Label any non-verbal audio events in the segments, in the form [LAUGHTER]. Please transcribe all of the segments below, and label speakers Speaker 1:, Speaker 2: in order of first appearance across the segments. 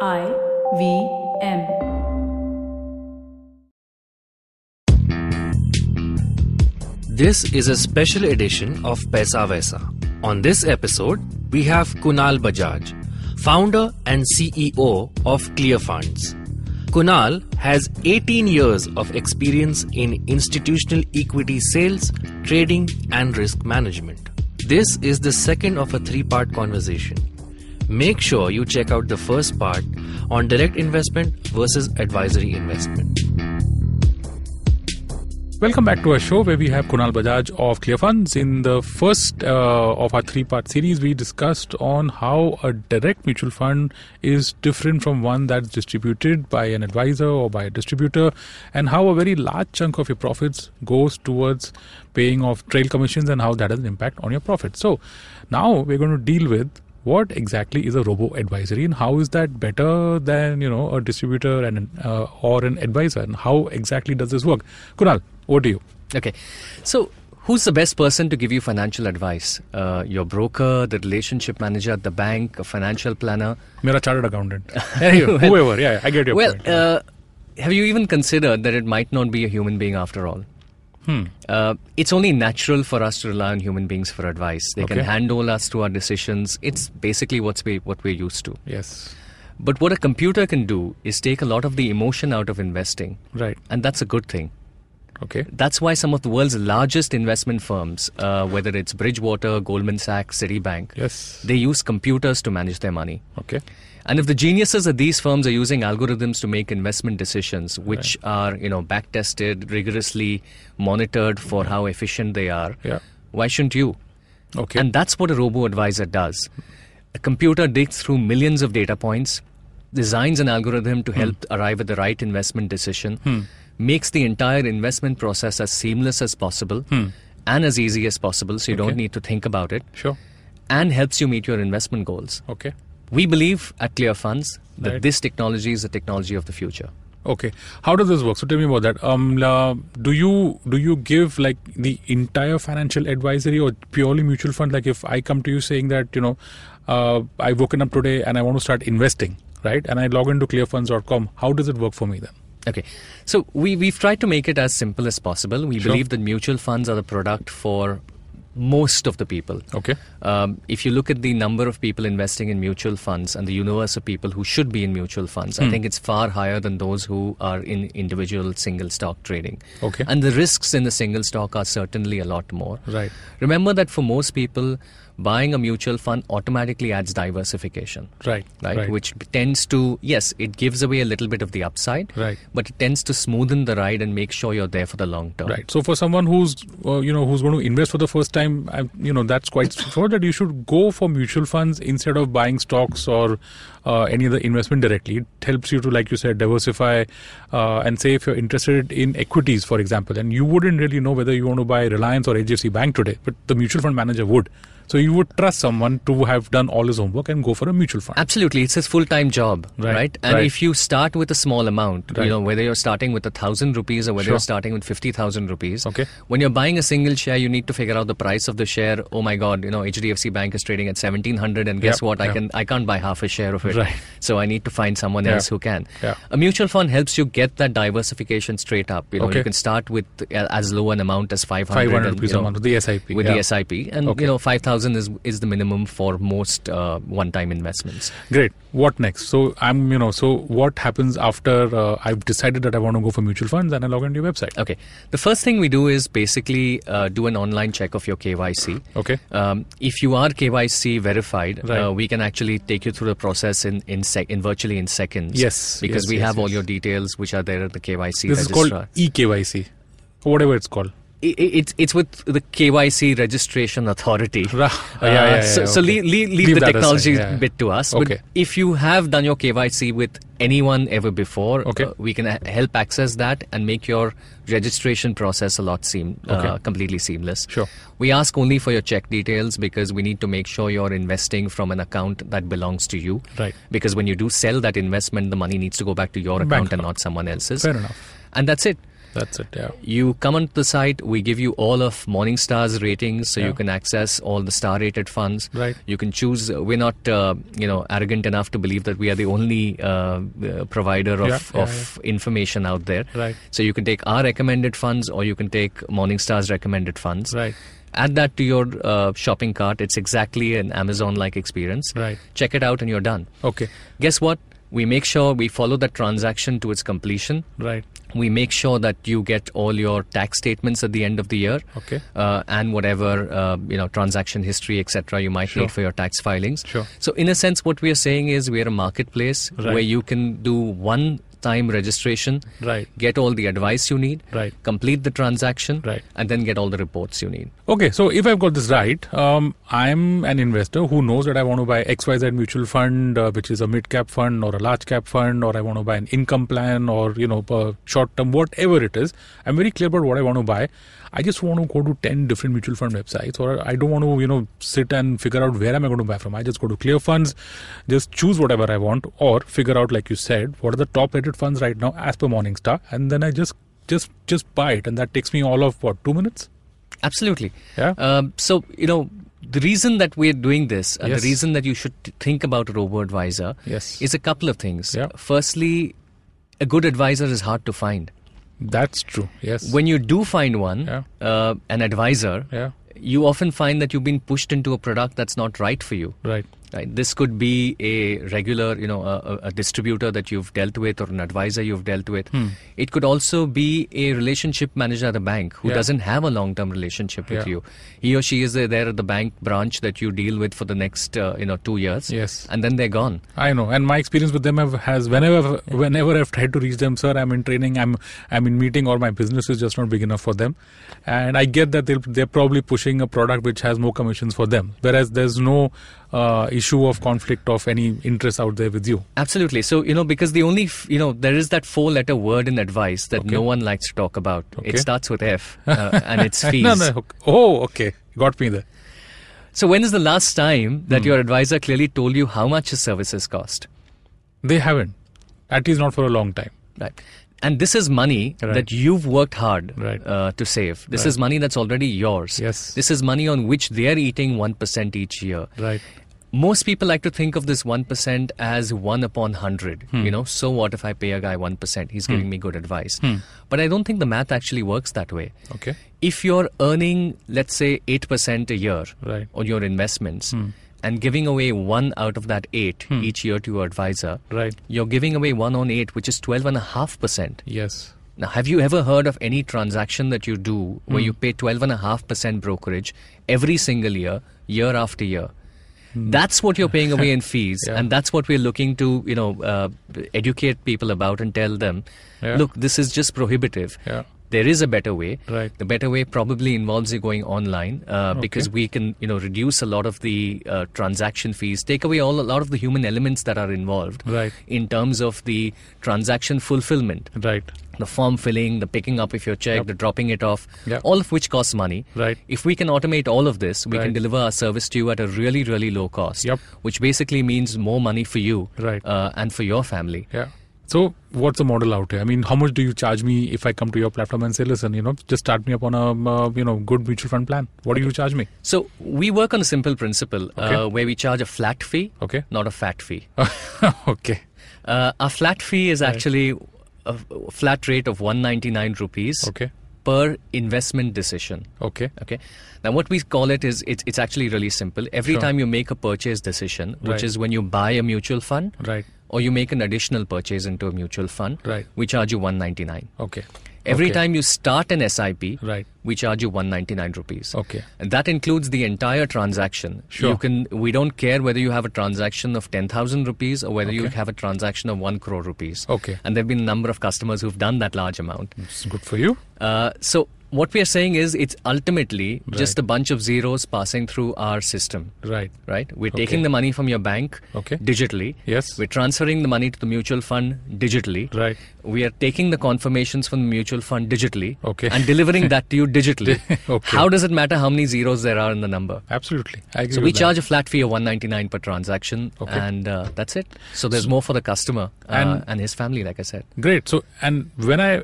Speaker 1: I V M.
Speaker 2: This is a special edition of Paisa Vaisa. On this episode, we have Kunal Bajaj, founder and CEO of Clear Funds. Kunal has 18 years of experience in institutional equity sales, trading, and risk management. This is the second of a three part conversation. Make sure you check out the first part on direct investment versus advisory investment.
Speaker 3: Welcome back to our show where we have Kunal Bajaj of Clear Funds. In the first uh, of our three-part series, we discussed on how a direct mutual fund is different from one that's distributed by an advisor or by a distributor, and how a very large chunk of your profits goes towards paying off trail commissions and how that has an impact on your profit. So now we're going to deal with what exactly is a robo advisory and how is that better than you know a distributor and an, uh, or an advisor and how exactly does this work kunal over to you
Speaker 4: Okay. So, who's the best person to give you financial advice? Uh, your broker, the relationship manager at the bank, a financial planner?
Speaker 3: mera chartered
Speaker 4: [LAUGHS]
Speaker 3: accountant anyway,
Speaker 4: Well-
Speaker 3: whoever yeah i get your
Speaker 4: well,
Speaker 3: point
Speaker 4: uh, have you even considered that it might not be a human being after all?
Speaker 3: hmm.
Speaker 4: Uh, it's only natural for us to rely on human beings for advice. They can
Speaker 3: Okay.
Speaker 4: handle us to our decisions. It's basically what's we, what we're used to.
Speaker 3: yes
Speaker 4: But what a computer can do is take a lot of the emotion out of investing,
Speaker 3: right
Speaker 4: and that's a good thing.
Speaker 3: okay
Speaker 4: That's why some of the world's largest investment firms, uh, whether it's Bridgewater, Goldman Sachs, Citibank,
Speaker 3: yes
Speaker 4: They use computers to manage their money.
Speaker 3: okay
Speaker 4: And if the geniuses at these firms are using algorithms to make investment decisions, which are, you know, back tested, rigorously monitored for how efficient they are,
Speaker 3: Yeah.
Speaker 4: why shouldn't you?
Speaker 3: okay
Speaker 4: And that's what a robo advisor does. A computer digs through millions of data points, designs an algorithm
Speaker 3: Hmm.
Speaker 4: to help arrive at the right investment decision, makes the entire investment process as seamless as possible and as easy as possible so you don't
Speaker 3: Hmm. Okay.
Speaker 4: need to think about it,
Speaker 3: sure
Speaker 4: and helps you meet your investment goals.
Speaker 3: okay
Speaker 4: We believe at Clear Funds that
Speaker 3: Right.
Speaker 4: this technology is the technology of the future.
Speaker 3: okay how does this work so tell me about that um la- do you do you give like the entire financial advisory or purely mutual fund like if i come to you saying that you know uh, i've woken up today and i want to start investing right and i log into clearfunds.com how does it work for me then
Speaker 4: Okay, so we, we've tried to make it as simple as possible. We
Speaker 3: Sure.
Speaker 4: believe that mutual funds are the product for most of the people.
Speaker 3: okay
Speaker 4: Um, if you look at the number of people investing in mutual funds and the universe of people who should be in mutual funds,
Speaker 3: Hmm.
Speaker 4: I think it's far higher than those who are in individual single stock trading.
Speaker 3: Okay.
Speaker 4: And the risks in the single stock are certainly a lot more.
Speaker 3: Right.
Speaker 4: Remember that for most people, buying a mutual fund automatically adds diversification.
Speaker 3: right
Speaker 4: right, which tends to yes it gives away a little bit of the upside
Speaker 3: Right.
Speaker 4: but it tends to smoothen the ride and make sure you're there for the long term
Speaker 3: Right. So for someone who's uh, you know who's going to invest for the first time, I, you know that's quite sure that you should go for mutual funds instead of buying stocks or uh, any other investment directly. It helps you to, like you said, diversify uh, and say if you're interested in equities, for example, and you wouldn't really know whether you want to buy Reliance or HDFC Bank today, but the mutual fund manager would. So you would trust someone to have done all his homework and go for a mutual fund.
Speaker 4: absolutely it's his full-time job
Speaker 3: Right,
Speaker 4: and
Speaker 3: right.
Speaker 4: if you start with a small amount
Speaker 3: Right.
Speaker 4: you know whether you're starting with a thousand rupees or whether
Speaker 3: Sure.
Speaker 4: you're starting with 50000 rupees
Speaker 3: Okay.
Speaker 4: when you're buying a single share you need to figure out the price of the share oh my god you know hdfc bank is trading at 1700 and guess
Speaker 3: Yeah,
Speaker 4: what i
Speaker 3: yeah.
Speaker 4: can i can't buy half a share of it
Speaker 3: Right.
Speaker 4: so i need to find someone
Speaker 3: Yeah,
Speaker 4: else who can
Speaker 3: yeah.
Speaker 4: a mutual fund helps you get that diversification straight up you know
Speaker 3: Okay.
Speaker 4: you can start with uh, as low an amount as 500
Speaker 3: Five hundred
Speaker 4: and,
Speaker 3: rupees
Speaker 4: you
Speaker 3: a
Speaker 4: know,
Speaker 3: month with the SIP.
Speaker 4: with
Speaker 3: yeah.
Speaker 4: the SIP, and
Speaker 3: Okay.
Speaker 4: you know, five thousand is is the minimum for most uh, one-time investments.
Speaker 3: Great. What next? So I'm, you know, so what happens after uh, I've decided that I want to go for mutual funds and I log into your website?
Speaker 4: Okay. The first thing we do is basically uh, do an online check of your KYC.
Speaker 3: Okay.
Speaker 4: Um, if you are KYC verified,
Speaker 3: Right.
Speaker 4: uh, we can actually take you through the process in in, sec- in virtually in seconds.
Speaker 3: Yes,
Speaker 4: Because
Speaker 3: yes,
Speaker 4: we
Speaker 3: yes,
Speaker 4: have all
Speaker 3: yes.
Speaker 4: your details, which are there at the KYC
Speaker 3: This is
Speaker 4: registrar.
Speaker 3: called E eKYC, or whatever it's called.
Speaker 4: I- I- it's it's with the KYC registration
Speaker 3: [LAUGHS]
Speaker 4: authority. Uh,
Speaker 3: Ra- yeah, yeah, yeah,
Speaker 4: so so
Speaker 3: okay.
Speaker 4: lea- lea- leave,
Speaker 3: Leave
Speaker 4: the
Speaker 3: that aside,
Speaker 4: technology
Speaker 3: yeah, yeah.
Speaker 4: bit to us.
Speaker 3: Okay.
Speaker 4: But if you have done your KYC with anyone ever before, uh,
Speaker 3: Okay.
Speaker 4: we can a- help access that and make your registration process a lot seam
Speaker 3: Okay.
Speaker 4: uh, completely seamless.
Speaker 3: Sure.
Speaker 4: We ask only for your check details because we need to make sure you're investing from an account that belongs to you.
Speaker 3: Right.
Speaker 4: Because when you do sell that investment, the money needs to go back to your
Speaker 3: Bank
Speaker 4: account and
Speaker 3: account.
Speaker 4: not someone else's.
Speaker 3: Fair enough.
Speaker 4: And that's it.
Speaker 3: That's it. Yeah.
Speaker 4: You come onto the site, we give you all of Morningstar's ratings, so
Speaker 3: Yeah.
Speaker 4: you can access all the star rated funds.
Speaker 3: Right.
Speaker 4: You can choose, we're not, uh, you know, arrogant enough to believe that we are the only uh, uh, provider of,
Speaker 3: Yeah, yeah,
Speaker 4: of information out there.
Speaker 3: Right.
Speaker 4: So you can take our recommended funds or you can take Morningstar's recommended funds.
Speaker 3: Right.
Speaker 4: Add that to your uh, shopping cart. It's exactly an Amazon like experience.
Speaker 3: Right.
Speaker 4: Check it out and you're done.
Speaker 3: Okay.
Speaker 4: Guess what? We make sure we follow the transaction to its completion.
Speaker 3: Right.
Speaker 4: We make sure that you get all your tax statements at the end of the year
Speaker 3: Okay.
Speaker 4: uh, and whatever uh, you know transaction history, etc. You might
Speaker 3: Sure.
Speaker 4: need for your tax filings.
Speaker 3: Sure.
Speaker 4: So, in a sense, what we are saying is we are a marketplace
Speaker 3: Right.
Speaker 4: where you can do one-time registration,
Speaker 3: Right.
Speaker 4: get all the advice you need,
Speaker 3: Right.
Speaker 4: complete the transaction,
Speaker 3: Right.
Speaker 4: and then get all the reports you need.
Speaker 3: Okay, so if I've got this right, um, I'm an investor who knows that I want to buy XYZ mutual fund, uh, which is a mid cap fund or a large cap fund, or I want to buy an income plan or, you know, short term, whatever it is. I'm very clear about what I want to buy. I just want to go to 10 different mutual fund websites, or I don't want to, you know, sit and figure out where am I going to buy from. I just go to clear funds, just choose whatever I want, or figure out, like you said, what are the top rated funds right now as per Morningstar, and then I just just just buy it and that takes me all of what two minutes
Speaker 4: Absolutely.
Speaker 3: Yeah.
Speaker 4: Um, so you know the reason that we're doing this, and
Speaker 3: Yes.
Speaker 4: the reason that you should t- think about a robo advisor,
Speaker 3: Yes.
Speaker 4: is a couple of things.
Speaker 3: Yeah.
Speaker 4: Firstly, a good advisor is hard to find.
Speaker 3: That's true. Yes.
Speaker 4: When you do find one,
Speaker 3: Yeah.
Speaker 4: uh, an advisor,
Speaker 3: yeah.
Speaker 4: you often find that you've been pushed into a product that's not right for you.
Speaker 3: Right.
Speaker 4: Right? This could be a regular, you know, a, a- a distributor that you've dealt with or an advisor you've dealt with.
Speaker 3: Hmm.
Speaker 4: It could also be a relationship manager at a bank who
Speaker 3: Yeah.
Speaker 4: doesn't have a long-term relationship with
Speaker 3: Yeah.
Speaker 4: you. He or she is there at the bank branch that you deal with for the next, uh, you know, two years.
Speaker 3: Yes.
Speaker 4: And then they're gone.
Speaker 3: I know, and my experience with them have, has whenever whenever I've tried to reach them, sir, I'm in training, I'm I'm in meeting, or my business is just not big enough for them, and I get that they they're probably pushing a product which has more commissions for them, whereas there's no uh, issue of conflict of any interest out there with you.
Speaker 4: Absolutely. So, you know, because the only, f- you know, there is that four letter word in advice that
Speaker 3: Okay.
Speaker 4: no one likes to talk about.
Speaker 3: Okay.
Speaker 4: It starts
Speaker 3: [LAUGHS]
Speaker 4: with F uh, and it's fees.
Speaker 3: No, no. ok- Oh, okay, got me there.
Speaker 4: So, when is the last time
Speaker 3: Hmm.
Speaker 4: that your advisor clearly told you how much his services cost?
Speaker 3: They haven't, at least not for a long time.
Speaker 4: Right. And this is money
Speaker 3: Right.
Speaker 4: that you've worked hard
Speaker 3: Right.
Speaker 4: uh, to save. This
Speaker 3: Right.
Speaker 4: is money that's already yours.
Speaker 3: Yes.
Speaker 4: This is money on which they're eating 1% each year.
Speaker 3: Right.
Speaker 4: Most people like to think of this 1% as 1 upon 100.
Speaker 3: Hmm.
Speaker 4: You know, so what if I pay a guy 1%? He's giving me good advice.
Speaker 3: Hmm.
Speaker 4: But I don't think the math actually works that way.
Speaker 3: Okay.
Speaker 4: If you're earning, let's say, 8% a year
Speaker 3: Right. Hmm.
Speaker 4: on your investments and giving away 1 out of that 8 each year to your advisor,
Speaker 3: Right.
Speaker 4: you're giving away 1 on 8, which is 12.5%.
Speaker 3: Yes.
Speaker 4: Now, have you ever heard of any transaction that you do where
Speaker 3: Hmm.
Speaker 4: you pay 12.5% brokerage every single year, year after year? That's what you're paying
Speaker 3: [LAUGHS]
Speaker 4: away in fees,
Speaker 3: Hmm. Yeah.
Speaker 4: and that's what we're looking to, you know, uh, educate people about and tell them,
Speaker 3: Yeah.
Speaker 4: look, this is just prohibitive.
Speaker 3: Yeah.
Speaker 4: There is a better way.
Speaker 3: Right.
Speaker 4: The better way probably involves you going online uh, because we can, you know, reduce a lot of the uh, transaction fees, take away all a lot of the human elements that are involved
Speaker 3: Right.
Speaker 4: in terms of the transaction fulfillment
Speaker 3: Right.
Speaker 4: the form filling, the picking up of your check, the dropping it off,
Speaker 3: Yep.
Speaker 4: all of which costs money.
Speaker 3: Right.
Speaker 4: If we can automate all of this, we
Speaker 3: Right.
Speaker 4: can deliver our service to you at a really, really low cost.
Speaker 3: Yep.
Speaker 4: Which basically means more money for you
Speaker 3: Right.
Speaker 4: uh, and for your family.
Speaker 3: Yeah. So what's the model out here? I mean, how much do you charge me if I come to your platform and say, listen, you know, just start me up on a um, uh, you know good mutual fund plan? What do you charge me? [LAUGHS]
Speaker 4: So we work on a simple principle uh,
Speaker 3: Okay.
Speaker 4: where we charge a flat fee,
Speaker 3: Okay.
Speaker 4: not a fat fee.
Speaker 3: okay.
Speaker 4: Uh, our flat fee is actually a f- a flat rate of 199 rupees
Speaker 3: Okay.
Speaker 4: per investment decision.
Speaker 3: Okay.
Speaker 4: Okay. Now, what we call it is it's, it's actually really simple. Every
Speaker 3: Sure.
Speaker 4: time you make a purchase decision, which
Speaker 3: Right.
Speaker 4: is when you buy a mutual fund
Speaker 3: Right.
Speaker 4: or you make an additional purchase into a mutual fund,
Speaker 3: Right.
Speaker 4: we charge you 199.
Speaker 3: Okay.
Speaker 4: Every
Speaker 3: Okay.
Speaker 4: time you start an SIP,
Speaker 3: Right.
Speaker 4: we charge you 199 rupees.
Speaker 3: Okay.
Speaker 4: And that includes the entire transaction.
Speaker 3: Sure.
Speaker 4: You can we don't care whether you have a transaction of 10,000 rupees or whether you
Speaker 3: Okay.
Speaker 4: have a transaction of 1 crore rupees.
Speaker 3: Okay.
Speaker 4: And there've been a number of customers who've done that large amount.
Speaker 3: It's good for you.
Speaker 4: Uh, so what we are saying is it's ultimately
Speaker 3: Right.
Speaker 4: just a bunch of zeros passing through our system
Speaker 3: Right.
Speaker 4: right we're
Speaker 3: Okay.
Speaker 4: taking the money from your bank
Speaker 3: Okay.
Speaker 4: digitally
Speaker 3: Yes.
Speaker 4: we're transferring the money to the mutual fund digitally
Speaker 3: Right.
Speaker 4: we are taking the confirmations from the mutual fund digitally
Speaker 3: Okay.
Speaker 4: and delivering that to you digitally
Speaker 3: [LAUGHS] Okay.
Speaker 4: how does it matter how many zeros there are in the number
Speaker 3: Absolutely. I agree
Speaker 4: so
Speaker 3: with
Speaker 4: we
Speaker 3: that.
Speaker 4: charge a flat fee of 199 per transaction
Speaker 3: Okay.
Speaker 4: and uh, that's it so there's more for the customer uh,
Speaker 3: And-
Speaker 4: and his family like i said
Speaker 3: Great. So, and when I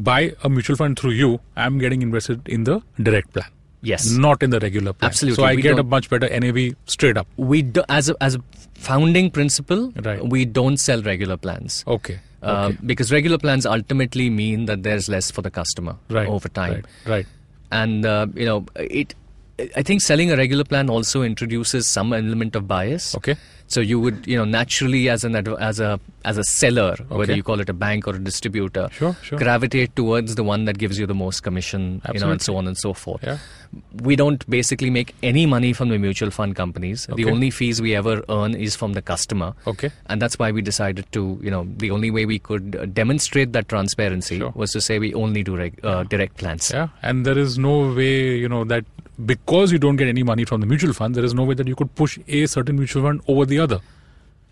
Speaker 3: buy a mutual fund through you, I'm getting invested in the direct plan.
Speaker 4: Yes.
Speaker 3: Not in the regular plan.
Speaker 4: Absolutely.
Speaker 3: So I
Speaker 4: We
Speaker 3: get a
Speaker 4: don't-
Speaker 3: much better NAV straight up.
Speaker 4: We do, as a, as a founding principle,
Speaker 3: Right.
Speaker 4: we don't sell regular plans.
Speaker 3: Okay.
Speaker 4: Uh,
Speaker 3: okay.
Speaker 4: Because regular plans ultimately mean that there's less for the customer
Speaker 3: Right.
Speaker 4: over time.
Speaker 3: Right. right.
Speaker 4: and uh, you know it i think selling a regular plan also introduces some element of bias
Speaker 3: Okay.
Speaker 4: so you would you know naturally as an adv- as a as a seller whether
Speaker 3: Okay.
Speaker 4: you call it a bank or a distributor
Speaker 3: Sure, sure.
Speaker 4: gravitate towards the one that gives you the most commission you know and so
Speaker 3: Absolutely.
Speaker 4: on and so forth
Speaker 3: Yeah.
Speaker 4: we don't basically make any money from the mutual fund companies the
Speaker 3: Okay.
Speaker 4: only fees we ever earn is from the customer
Speaker 3: Okay.
Speaker 4: and that's why we decided to you know the only way we could uh, demonstrate that transparency
Speaker 3: Sure.
Speaker 4: was to say we only do reg- uh, direct plans
Speaker 3: Yeah. And there is no way, you know, that because you don't get any money from the mutual fund, there is no way that you could push a certain mutual fund over the other.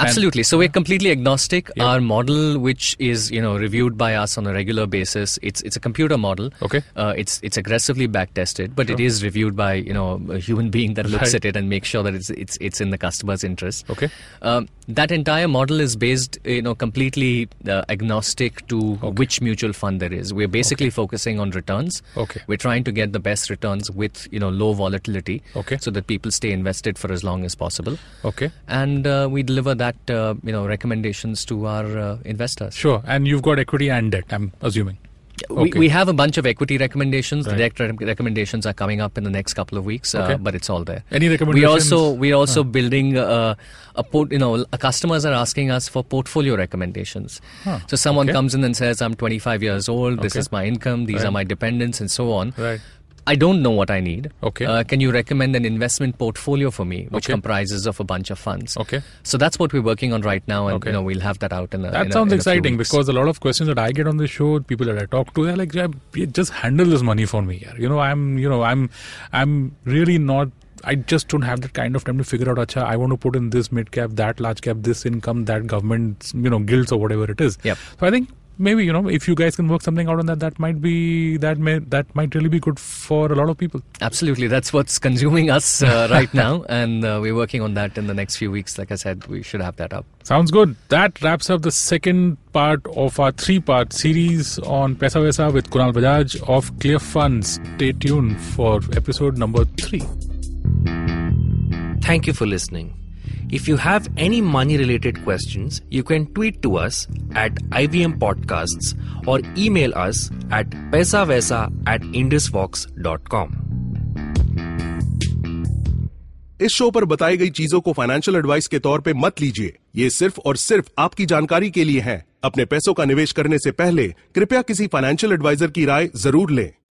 Speaker 3: And-
Speaker 4: Absolutely. So we're completely agnostic.
Speaker 3: Yeah.
Speaker 4: Our model, which is you know reviewed by us on a regular basis, it's it's a computer model.
Speaker 3: Okay.
Speaker 4: Uh, it's it's aggressively back tested, but it
Speaker 3: Sure.
Speaker 4: is reviewed by you know a human [LAUGHS] being that looks
Speaker 3: Right.
Speaker 4: at it and makes sure that it's it's it's in the customer's interest.
Speaker 3: Okay.
Speaker 4: Um, that entire model is based, you know, completely uh, agnostic to which mutual fund there is. We're basically focusing on returns.
Speaker 3: Okay.
Speaker 4: We're trying to get the best returns with you know low volatility.
Speaker 3: Okay.
Speaker 4: So that people stay invested for as long as possible
Speaker 3: Okay.
Speaker 4: and uh, we deliver that uh, you know recommendations to our uh, investors.
Speaker 3: Sure. And you've got equity and debt, I'm assuming.
Speaker 4: We,
Speaker 3: Okay.
Speaker 4: we have a bunch of equity recommendations. The
Speaker 3: Right.
Speaker 4: direct re- recommendations are coming up in the next couple of weeks, uh,
Speaker 3: Okay.
Speaker 4: but it's all there.
Speaker 3: Any
Speaker 4: We
Speaker 3: recommendations?
Speaker 4: also we are also building uh, a port. You know, our customers are asking us for portfolio recommendations. So someone
Speaker 3: okay.
Speaker 4: comes in and says, "I'm 25 years old. This
Speaker 3: Okay.
Speaker 4: is my income. These are
Speaker 3: Right.
Speaker 4: my dependents, and so on."
Speaker 3: Right.
Speaker 4: I don't know what I need.
Speaker 3: Okay.
Speaker 4: Uh, can you recommend an investment portfolio for me, which
Speaker 3: Okay.
Speaker 4: comprises of a bunch of funds?
Speaker 3: Okay.
Speaker 4: So that's what we're working on right now, and
Speaker 3: Okay.
Speaker 4: you know we'll have that out in a.
Speaker 3: That
Speaker 4: in a-
Speaker 3: sounds
Speaker 4: in a few
Speaker 3: exciting
Speaker 4: weeks.
Speaker 3: because a lot of questions that I get on the show, people that I talk to, they're like, "Yeah, you just handle this money for me. yaar." You know, I'm, you know, I'm, I'm really not. I just don't have that kind of time to figure out. Acha, I want to put in this mid cap, that large cap, this income, that government, you know, guilds or whatever it is.
Speaker 4: Yep.
Speaker 3: So I think maybe you know if you guys can work something out on that, that might be that may that might really be good for a lot of people.
Speaker 4: absolutely that's what's consuming us uh, right now, and uh, we're working on that in the next few weeks. Like I said, we should have that up.
Speaker 3: Sounds good. That wraps up the second part of our three part series on Pesa Vesa with Kunal Bajaj of Clear Funds. Stay tuned for episode number three.
Speaker 2: Thank you for listening. If you have any money related questions, you can tweet to us at IBM Podcasts or email us at pesavesa at indusvox.com.
Speaker 5: इस show पर बताई गई चीजों को financial advice के तौर पे मत लीजिए ये सिर्फ और सिर्फ आपकी जानकारी के लिए हैं अपने पैसों का निवेश करने से पहले कृपया किसी फाइनेंशियल एडवाइजर की राय जरूर लें